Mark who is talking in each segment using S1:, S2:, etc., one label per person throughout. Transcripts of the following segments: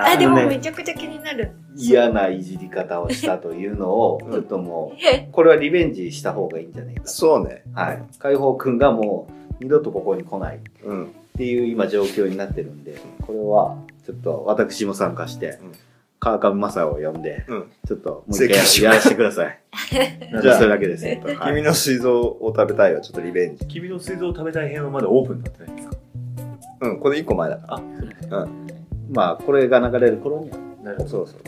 S1: あ
S2: あ、でも
S3: ね
S2: めちゃくちゃ気になる。
S3: 嫌ないじり方をしたというの を、ちょっともう、これはリベンジした方がいいんじゃないかと。
S4: そうね。
S3: はい。海宝くんがもう、二度とここに来ない。
S4: うん。
S3: っていう今状況になってるんで、これはちょっと私も参加して、
S4: うん
S3: 川上正也を呼んで、
S4: うん。
S3: ちょっともう
S4: 正解
S3: 一回や
S4: し
S3: やらせてください。
S1: ー
S3: じ
S4: じ
S3: ゃ
S4: ゃ
S3: あ
S4: あ
S3: それだけです。はい
S4: 君の膵臓を食べたいはちょっとリベンジ。
S1: 君の水臓を食べたい編はまだオープンになってないんですか
S4: うん、これ一個前だか
S3: まあこれが流れる頃には、
S1: なる
S4: ら。そうそう。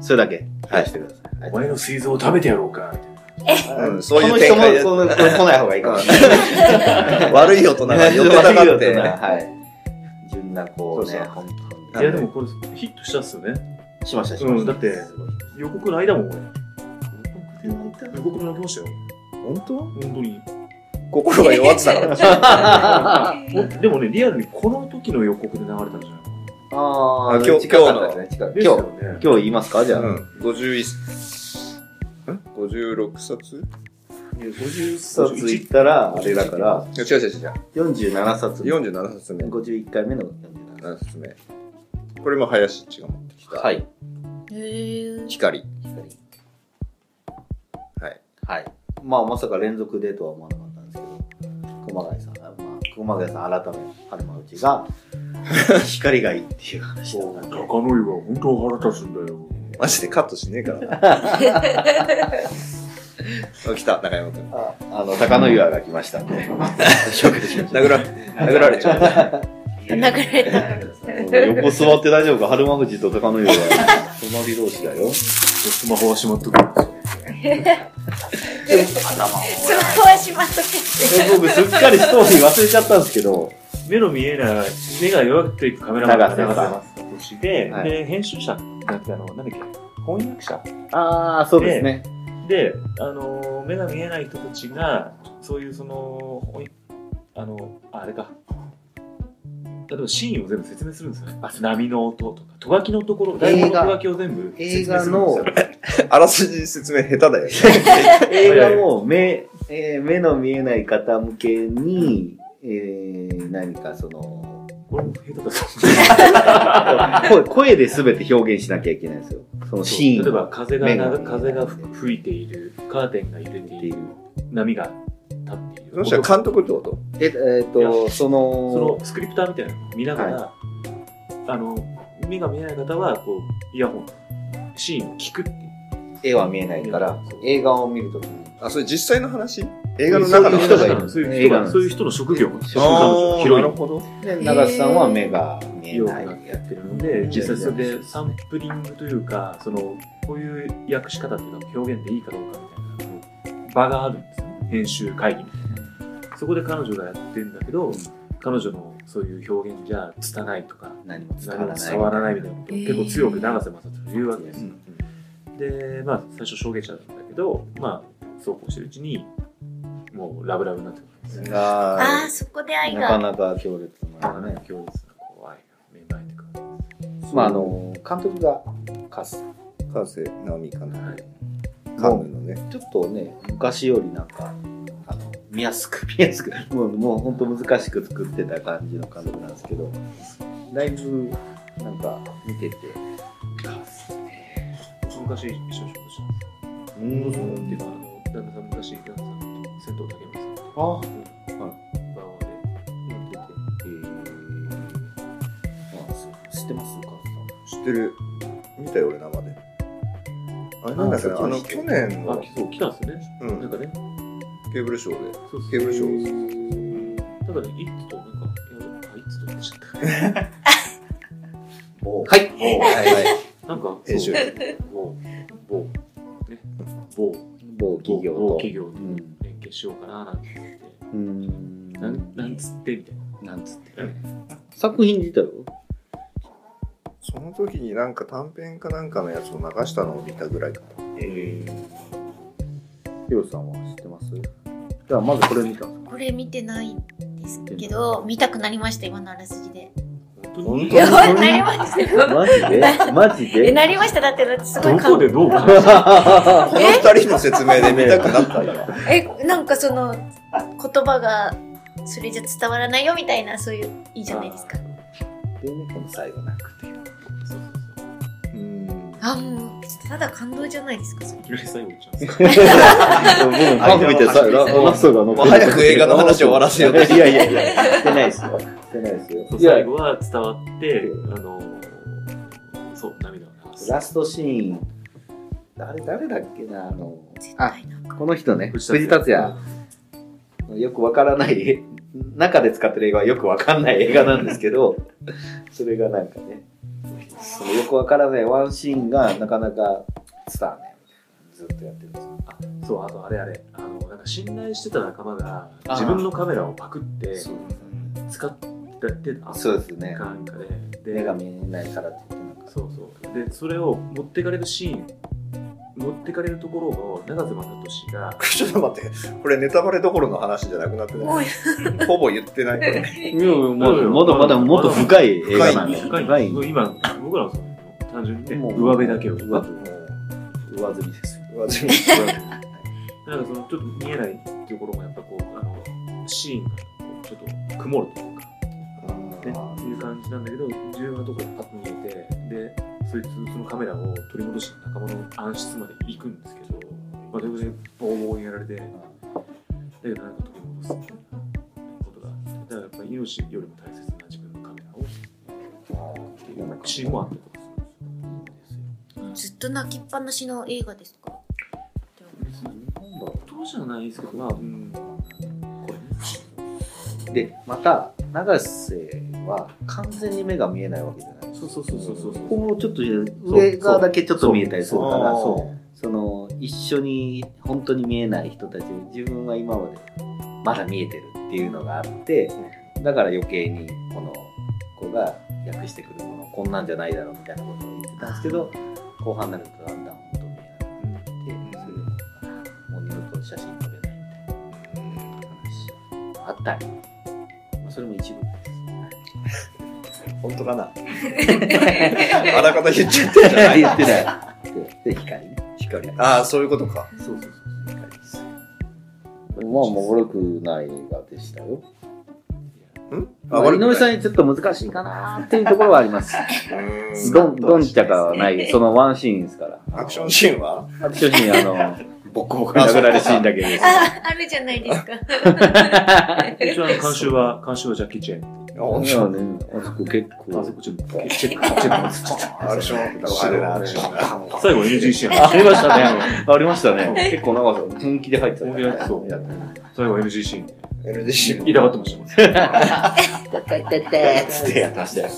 S3: それだけやらせてください。
S1: お前の水臓を食べてやろうか。
S3: はい
S4: うんそういう展開で
S3: この人もこの来ない方がいいかもしれない。
S4: 悪い大人 が寄ってたかって。
S3: はい。純なこう
S4: そう
S3: ね、
S4: そう
S3: 本当
S1: いや、でもこれヒットしたっすよね。
S3: に。しましたし
S1: う
S3: ま
S1: ん
S3: した。
S1: だって
S3: すごい
S1: 予告の間も俺、
S3: 予告で
S1: 予告で泣きましたよ。
S4: 本当
S1: 本当に。
S4: 心が弱ってたから。
S2: あ
S1: おでもね、リアルにこの時の予告で流れたんじゃない
S3: ああ、
S4: 今日
S3: 近かったですね近かった
S1: です
S3: 今
S1: よ
S3: 日、
S1: ね。
S3: 今日言いますかじゃあ。
S4: うん。51、ん ?56 冊
S3: 50冊いったら、あれだから、
S4: いや違う違う違う。
S3: 47冊目。
S4: 47冊目。
S3: 51回目の47冊
S4: 7冊目。これも林っちが持ってきた。
S3: はい。
S2: へー
S4: 光。
S3: 光
S4: はい。
S3: はい。まあ、まさか連続でとは思わなかったんですけど、熊谷さん、まあ、熊谷さん改め、春馬うち が、光がいいっていう話だったんで。
S1: 高野岩、本当は腹立つんだよ。
S4: マジでカットしねえからな。あ来た、中山くん。
S3: ああの、高野岩が来ましたんで、 紹介しました。
S4: 殴ら、殴られちゃう。
S2: 殴られた。
S3: 横座って大丈夫か春馬富士と高野岩が隣同士だよ。
S1: スマホはしまっとくんですよ。
S3: 頭を。
S2: そこはしまっとけ。
S3: え僕、すっかりストーリー忘れちゃったんですけど、
S1: 目の見えない、目が弱くていくカメラマンが
S3: 長
S1: 長瀬
S3: 瀬さん
S1: 正俊で、
S3: はい
S1: で、編集者、なんてあの、なんだっけ、翻訳者
S3: ああ、そうですね。
S1: で、あの、目が見えない人たちが、そういうその、翻訳あの、ああれか。例えばシーンを全部説明するんですよね。波の音とか、とがきのところ、台本のとがきを全部
S3: 映
S1: 説明
S3: 画
S1: するんですよ
S3: の。、
S4: あらすじ説明下手だよね。
S3: 映画も目、えー目の見えない方向けに、えー何かその、
S1: これも下手だと思
S3: 声声で全て表現しなきゃいけないんですよ。その
S1: う
S3: シーン。
S1: 例えば風が
S3: 目が
S1: 風が吹く吹いている、カーテンが揺れている、波がたっていう。
S4: その人は監督ってこと
S3: ええーっと、そ
S1: その、
S3: の
S1: スクリプターみたいなのを見ながら、あの目が見えない方はこうイヤホンシーンを聞くっていう
S3: 絵は見えないから、映画を見るときに、
S4: あ、それ実際の話映画の中の
S3: そういう人
S4: 話
S3: がいる
S1: そういう
S3: 映
S1: 人
S3: 画なん
S1: が
S3: です
S1: そういう人の職業
S3: 職業
S4: あー
S1: 広
S4: ないるほど。
S3: で長瀬さんは目が見え
S1: よう
S3: ない。
S1: なやってるので
S3: うん
S1: 実際それでサンプリングというかそのこういう訳し方っていうか表現でいいかどうかみたいな場があるんですね編集会議みたいなそこで彼女がやってるんだけど彼女のそういう表現じゃ拙いとか
S3: 何も伝わらない。
S1: 伝わらないみたいなことを結構強く長瀬正人が言うわけですよ、
S3: うん
S1: で、まあ、最初衝撃者だったけど、まあ、そうこうしてるうちに、もうラブラブになってくるんですね。
S2: ああ、
S3: が、
S2: そこで愛
S3: なか
S2: が。
S3: なか強烈
S1: な
S3: な
S1: かな
S3: ね
S1: か。強烈なこう愛が芽生えてくる。
S3: まあ、あの、監督が、カス。
S4: 川瀬直美監督。
S1: はい
S4: カンヌのね。
S3: ちょっとね、昔よりなんか、あの、見やすく、 見やすく、もう、もう本当難しく作ってた感じの監督なんですけど、だいぶ、なんか、見てて、
S1: 昔一緒に食事したんですよ。
S3: う
S1: ってい
S3: ん
S1: うか、あの、旦那さん昔、旦那さんと、戦闘竹村さんと、
S3: あ
S1: うんバーでやってて、
S3: えー、あ知ってますか
S4: 知ってる。見たよ、俺生で。あれなんだっけな、
S3: あ
S4: あの、去年
S1: あ
S4: の、、
S1: そう、来たんですよね。
S4: うん
S1: なんかね、
S4: ケーブルショーで。
S1: そうそう
S4: ケーブルショー
S1: だから、イッツと、なんか、いやあ、イッツと言っちゃった。
S4: 某
S3: はい。
S4: 某はいはい。
S1: なんか、
S4: 編集
S1: 某、某、ね、某、
S3: 某企業
S1: 某
S3: と。
S1: 企業と
S3: うん
S1: 連携しようかななんて言って、
S3: うん。
S1: なんなんつってみたいな。
S3: なんつって
S1: うん。
S3: 作品自体は
S4: その時になんか短編かなんかのやつを流したのを見たぐらいかな。
S3: ヒロさんは知ってますじゃあまずこれ見たんで
S2: これ見てないんですけど、見たくなりました、今のあらすじで。
S1: 本当に
S2: いや、 なりました。
S3: すか マジでマジ
S2: え、
S3: で
S2: なりました。だって、だってすごい
S1: どこ
S2: 感
S1: でどうか
S4: この二人の説明で見たくなった よ。
S2: え、なんかその、言葉が、それじゃ伝わらないよみたいな、そういう、いいじゃないですか。
S3: でね、この最後なくて。
S1: そうそう
S4: う
S1: そう。
S4: ん。
S2: あ、もう、ただ感動じゃないですか、それ。
S1: いきなり最後言っちゃうんです
S3: 僕も
S4: ファン見てさラス
S3: トが乗
S4: もう早く映画の話を終わらせようと
S3: いやいやいや、してないですよ。してないですよ
S1: けど、。
S3: いや
S1: 最後は伝わって、あの、そう、涙を流す。
S3: ラストシーン、誰、誰だっけな、あの、
S2: 絶
S3: あ、
S2: 対なんか。
S3: この人ね、藤竜也。よくわからない、中で使ってる映画はよくわかんない映画なんですけど、それがなんかね、そのよくわからないワンシーンがなかなかスターね、ずっとやってるんですよ。
S1: あそう、あとあれあれ、あの、なんか信頼してた仲間が、自分のカメラをパクって、
S3: そう
S1: 使ってた、
S3: そうですね。
S1: なんかで、
S3: 目が見えないからって言って、なんか、
S1: そうそうでそれを持ってかれるシーン持ってかれるところを長瀬正敏が
S4: ちょっと待って、これネタバレどころの話じゃなくなって
S2: も
S4: な
S2: う
S4: い。、ほぼ言ってない。
S1: まだまだまだもっと深
S3: 深い
S4: 画
S3: 映画
S4: な
S3: なんん
S4: で
S3: で。
S1: 深い
S3: 深い。
S1: 今僕らはその単純にね
S3: もう
S1: 上辺だけを
S3: 上辺
S4: も
S3: 上積みですよ。
S4: う私も
S1: 上辺なんかそのちょっと見えないところもやっぱこうあのシーンがこうちょっと曇るというかね
S4: あ
S1: そういう感じなんだけど重要なところがパッと見えてでそいつそのカメラを取り戻し仲間の暗室まで行くんですけど、まあ、当然ボーボーにやられて。だけどなんか取り戻すっていうことがだからやっぱり命よりも大切な自分のカメラをっていうシーンもあったりとかする
S2: ずっと泣きっぱなしの映画ですか
S1: んですよ。そうじゃないですけどまあうんこれね
S3: で、また、永瀬は完全に目が見えないわけじゃない。
S1: そうそうそうそうそうそう
S3: こうちょっと上側だけちょっと見えたりするから、
S4: ー
S3: そうその一緒に本当に見えない人たち自分は今までまだ見えてるっていうのがあってだから余計にこの子が訳してくるものこんなんじゃないだろうみたいなことを言ってたんですけど後半になるとだんだん本当見えなくなってそれでもう二度と写真撮れないみたいな話あったり、まあ、それも一部
S4: 本当かなあらかた言っちゃってんじゃない
S3: 言ってないでで光ね
S4: 光。ああ、そういうことか。
S1: そうそうそう
S3: 光ですまあおもろくない映画でしたよ
S4: ん
S3: まあ、井上さ
S4: ん。
S3: んにちょっと難しいかなっていうところはあり ます。
S4: うん
S3: どん、どんちゃかはない、そのワンシーンですから。
S4: アクションシーンは
S3: アクションシーン、あの、ボッコボコに殴られるシーンだけです。
S2: あ、あるじゃないですか。
S1: 一応あの監修は、監修はジャッキー・チェン。
S3: あそうね。あそこ結
S1: あそ
S3: 構。
S1: こちょっと、チェック、チェックちょっ
S4: あれしょあれなあれしょ
S1: と。最後 NG シーン
S3: ありましたね。 ありましたね。 結構長さ、本気で入ってたね。
S1: 本気で入ってそう
S3: やって
S1: 最後 NG シーン。
S4: NGC
S1: 痛がってましたもん。
S3: つってやったしてやっ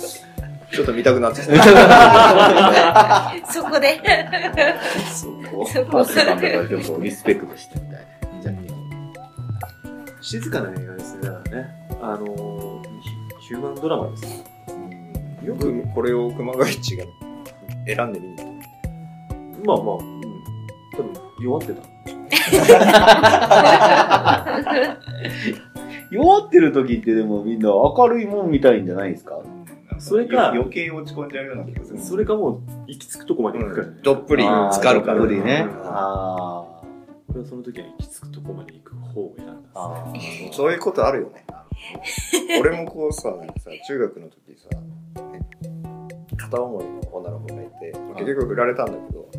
S4: ちょっと見たくなってきた
S2: そこで。
S3: た。そこ
S2: そこ
S3: パス感だからでもリスペクトしてみたいな。じゃ
S1: 静かな映画ですね、だからね。あのー、ヒヒューマンドラマですね。
S4: よくこれを熊谷一が選んでみに行っ
S1: まあまあ、うん。多分、弱ってた。
S3: あ弱ってる時ってでもみんな明るいもん見たいんじゃないですか
S1: それか
S4: 余計落ち込んじゃうような気がする
S1: それかもう、行き着くとこまで行くからね。
S4: どっぷり浸かるから
S3: どっぷりね。
S4: うん
S3: あ
S1: これはその時は行き着くとこまで行く方を選ん
S3: ー
S1: だ。
S3: あー。
S4: そういうことあるよね俺もこうさなんかさ中学の時さ、ね片思いの女の子がいて結局振られたんだけど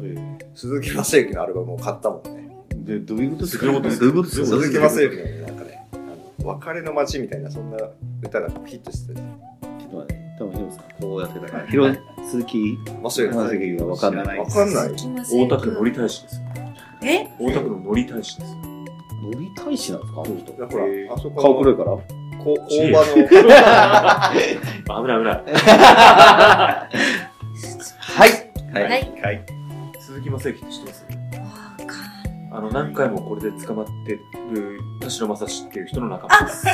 S4: 鈴木雅之のアルバムを買ったもんね
S3: で、どういうことですか
S1: どういうことですか
S3: どういうことですか
S4: 鈴木雅之のねなんかねあの別れの街みたいなそんな歌がヒットしてた
S3: ちょっと待って、多分ヒロさん、こうやってたから。ヒロ、鈴木
S4: 雅之
S3: まさきがわかんない。
S4: わかんない
S2: 行きません
S1: 大田区のり大使ですよ。
S2: え
S1: 大田区のり大使ですよ。
S3: のり大使なんですかあの人。
S4: ほらあそ
S3: 顔
S4: こ
S3: 黒
S4: の
S3: いから
S4: こ工場の
S1: 危ない危ない。
S3: はい
S2: はい。
S3: はい。
S4: はい
S1: 鈴木雅之って知ってます
S2: わかん
S1: あの、何回もこれで捕まってる田代正史っていう人の仲間です。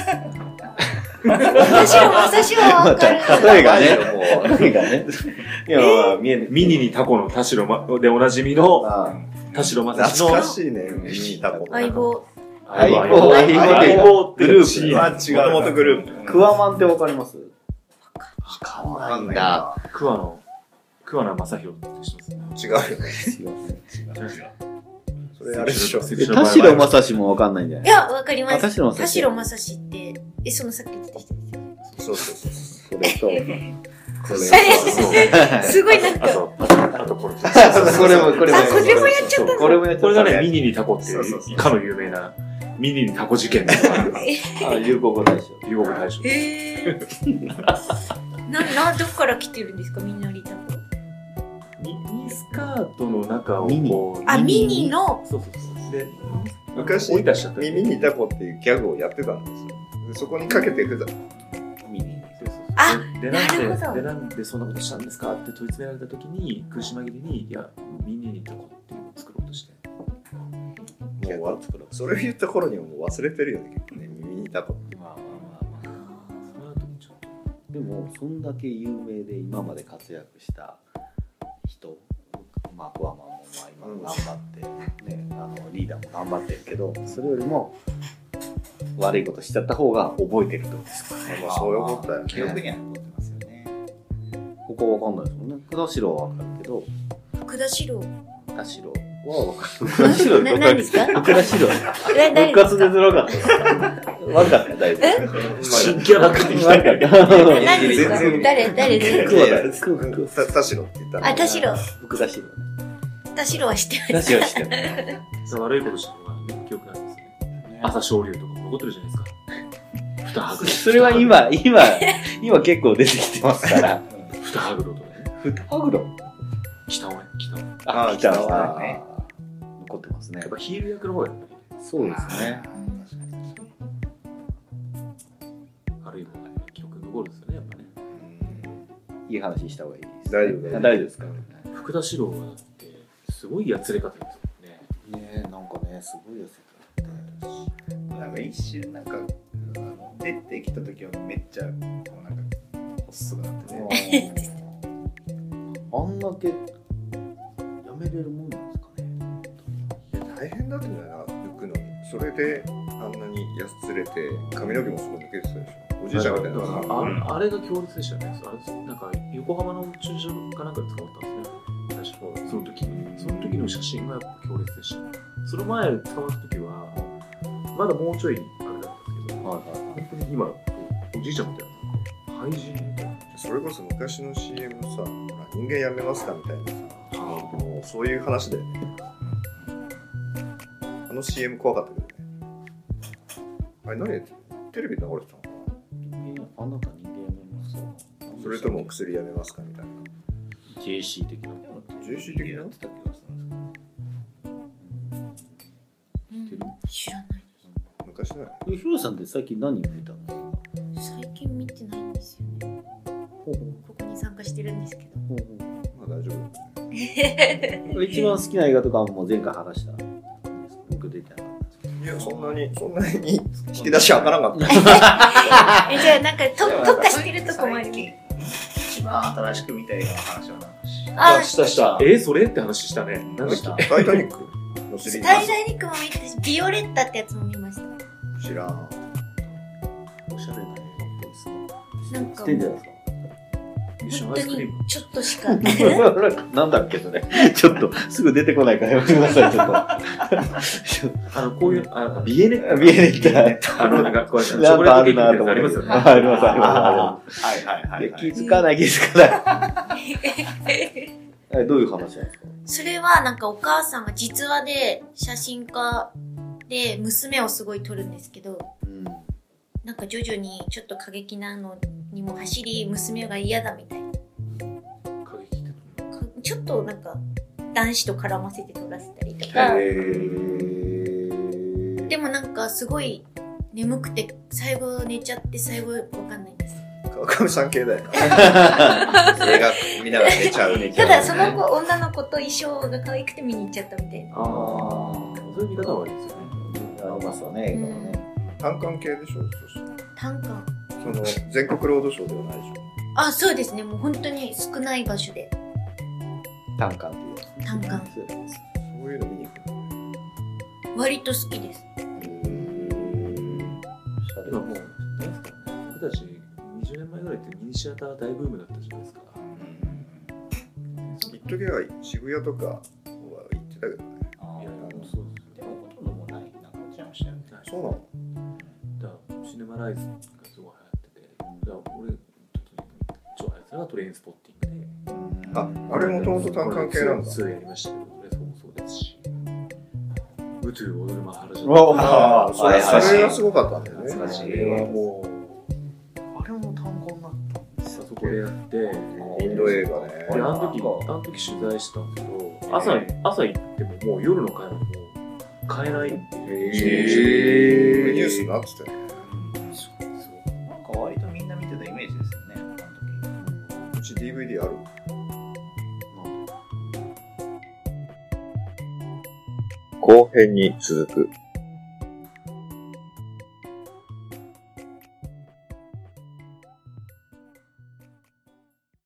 S2: 私は、私はわかる。
S3: 例えがね、例えがね。 いや、まあ見えない。
S1: ミニにタコの田代ま、でおなじみの
S3: あ
S1: 田代正史の
S4: 懐かしいね聞いたこと
S2: 相棒。
S3: 相
S1: 棒
S3: 棒
S1: 相棒って
S3: グループ
S1: シーン
S4: あ違う元々グルー
S3: ー
S4: プ
S3: クワマンってわかりますわ
S4: わかんない
S3: だ。
S4: な
S1: 桑野、桑名正宏って知ってます
S4: 違
S1: ね。
S4: うよね
S3: すいません
S4: それあれでしょ
S1: セク
S3: え、
S1: ションバ
S3: 田
S1: イバイ
S3: 代正史もわかんないんじゃ
S2: い
S3: ない
S2: や、わかりま
S3: あ田
S2: す。
S3: 代正史。
S2: 田代正史って、え、そのさっき言ってた人ですよね。
S4: そうそうそう
S3: これと、こ れ。
S1: そう
S2: すごいなん
S1: あ
S2: か、
S1: と、あとこれ。
S3: これも、これも。
S2: あこれもやっちゃった
S3: これもやっちゃった。
S1: これがね、ミニにタコってい
S4: そうそうそう
S1: う、かの有名な、ミニにタコ事件の
S3: あ、有効語大賞。
S1: 流国大将。
S2: えー。な、な、どこから来てるんですか、みんなリタコ。
S1: ミニスカートの中を
S3: ミニ
S1: こう、
S2: あ、ミニの、
S1: そうそうそう。で、
S4: 昔
S1: 追い出しちゃった。
S4: 耳にタコっていうギャグをやってたんですよでそこにかけてふざ
S3: ミニ。
S1: そうそうそう
S2: あ
S1: で
S2: なるほ
S1: ん
S2: ど
S1: ででなんでそんなことしたんですかって問い詰められた時に苦し紛れに「いやミニにタコ」っていうのを作ろうとして
S4: もうわそれを言った頃にはもう忘れてるよね結構ね耳にタコって
S3: まあまあまあまあ。
S1: その後にちょっと
S3: でもそんだけ有名で今まで活躍した人まあ桑マンもまあ今頑張って、ね、あのリーダーも頑張ってるけどそれよりも悪いことしちゃった方が覚えてるってことですから ね
S4: まあそういうことだよね
S3: 記憶には残ってますよねここわかんないですもんね田代はわかるけど
S2: 福田四郎。
S3: 田代はわかる
S2: 田代な何ですか
S3: 田代
S2: え、誰
S3: 復
S2: で
S3: 活
S2: す
S3: で
S2: か
S3: づらかった悪かった大丈
S2: え
S1: 新キャラ買ってきたから
S3: 夫
S2: な何ですか
S4: 全然
S2: 誰誰誰
S3: 久保田です
S4: うんた田代って言ったの
S2: あ、田代。
S3: 福田代ね
S2: 田代は知って
S3: 田代してる
S1: 悪いことしたのが、ね、記憶ないですね朝昇竜とかも残ってるじゃないです か二羽黒
S3: それは今、今、今結構出てきてますから。
S1: 二羽黒とかね
S3: ふたぐろ
S1: 北尾ね北尾や
S4: あ
S3: 来た
S4: 来た
S3: わ
S4: わね。
S3: 残ってますね
S1: っ。ぱヒール役の方がやっぱ
S3: そうですね。
S1: り悪い方が、ね、記憶に残るんですよねやっぱね
S3: いい話した方がいいです。
S4: 大丈夫大丈夫
S3: あ大丈夫ですか。
S1: 福田四郎はだってすごいやつれ方ですもんね
S3: ねなんかね、すごいです
S5: なんか一瞬なんかあの出てきた時はめっちゃこうなんか細くなってて、
S3: ね。あんだけ、やめれるもんなんですかね。
S4: 大変だったんだよな抜くのにそれであんなにやつれて髪の毛もすごい抜けてたでしょおじいちゃんみたいな
S1: だからああれが強烈でしたよね。あれなんか横浜の駐車場かなんかで捕まったんですね。確かその時に。その時の写真がやっぱ強烈でしたね。その前捕まった時は、まだもうちょいあれだったんですけど、
S3: はいはいはい。
S1: 本当に今、おじいちゃんみたいな、廃人みたいな。
S4: それこそ昔の CM のさほら人間やめますかみたいなさもうそういう話だよねの CM 怖かったけどねあれ何やってテレビ流れてたのか
S3: あなた人間やめます
S4: なそれとも薬やめますかみたいな
S3: JC 的な
S4: ジューシー的な
S6: やってた気がするんです
S2: うん知らない
S4: 昔だよね
S3: えヒロさんって最近何見たの
S2: 最近見てないんですよね
S3: ほうほ
S2: ここに参加してるんですけど
S3: うほうほ
S4: まあ大丈夫だよね
S3: うこれ一番好きな映画とかはもう前回話したんですけど僕出てなかったんですけど
S4: いやそんなにそんなに引き出し開かなかった
S2: えじゃあなんかと
S6: よ
S2: 特化してるとこもあ
S6: 最近
S2: る
S6: 一番新しく見た映画の話は何し
S2: あ
S1: したした。えー、それって話したね。何でした
S4: 「タイタニック」のシリ
S2: タ
S4: ー
S2: イタニックも見たしビオレッタってやつも見ました
S4: ズ知らん
S3: おしゃれな映画っぽいですね
S2: なん
S3: 知
S2: か
S3: ってんじゃないですか
S2: 本当にちょっとし か
S3: なんだっけそれ。ちょっと、すぐ出てこないからやめてください、ちょっと。
S1: あの、こういう、あビエネッタ。
S3: 見えてきた。なん
S1: あの、なんか、こう、チョコレー
S3: か
S1: ト
S3: あ
S1: ケーキ
S3: る
S1: み
S3: な
S1: たい
S3: と
S1: なのあ
S3: 思って
S1: りますよね。
S3: ああります、あります、ありま
S6: ますはいはいはい、は
S3: す。いや
S6: い、
S3: 気づかない、気づかない。えどういう話なんですか
S2: それはなんかお母さんが実話で写真家で娘をすごい撮るんですけど
S3: うん。
S2: なんか徐々にちょっと過激なのにも走り娘が嫌だみたいなかちょっとなんか男子と絡ませて撮らせたりとかでもなんかすごい眠くて最後寝ちゃって最後わかんないです
S4: 川上さん系 だよな映画見ながら寝ちゃう
S2: ただその子女の子と衣装が可愛くて見に行っちゃったみたいな
S1: ああー。そういう見方はいいですよね。
S3: ありますよね、映画はね。
S4: 単館系でしょそしたら
S2: 短歌
S4: その全国ロードショーではないでしょ
S2: あそうですねもう本当に少ない場所で
S3: 短観っていうや
S2: 短歌
S3: つ。
S4: そういうの見に行くの
S2: 割と好きです
S1: 今もう、何ですかね。僕たち、20年前ぐらいってミニシアター大ブームだったじゃないですか。
S4: 一時は渋谷とかは行ってたけどね
S1: いや、もう
S6: で
S1: そうですよ。
S6: もほとんどもうないなんか落ちましたよね
S4: そうなの
S1: だからシネマライズがすごい流行ってて、だから俺、ちょっと、ちょ、あいつらがトレインスポッティングで。
S4: ああれもともと単関係なんだ
S1: ツーやりましたけど、それもそうですし。宇宙踊るマハラジャ
S3: うわ
S1: あ
S4: ああそれ
S6: はいはい
S4: それがすごかったんだよね
S6: 懐かしい
S4: れはも
S3: あれも単語になったんです
S1: そこでやって、で、
S4: うインド映画ね
S1: あの時、
S3: なん
S1: あ
S3: か
S1: の時取材したんですけど、朝、朝行ってももう夜の会までもう買えないっていう。
S4: ニュースになってたよ
S6: な
S4: ね
S6: んか割とみんな見てたイメージですよねあの時
S4: うち DVD ある
S7: 後編に続く。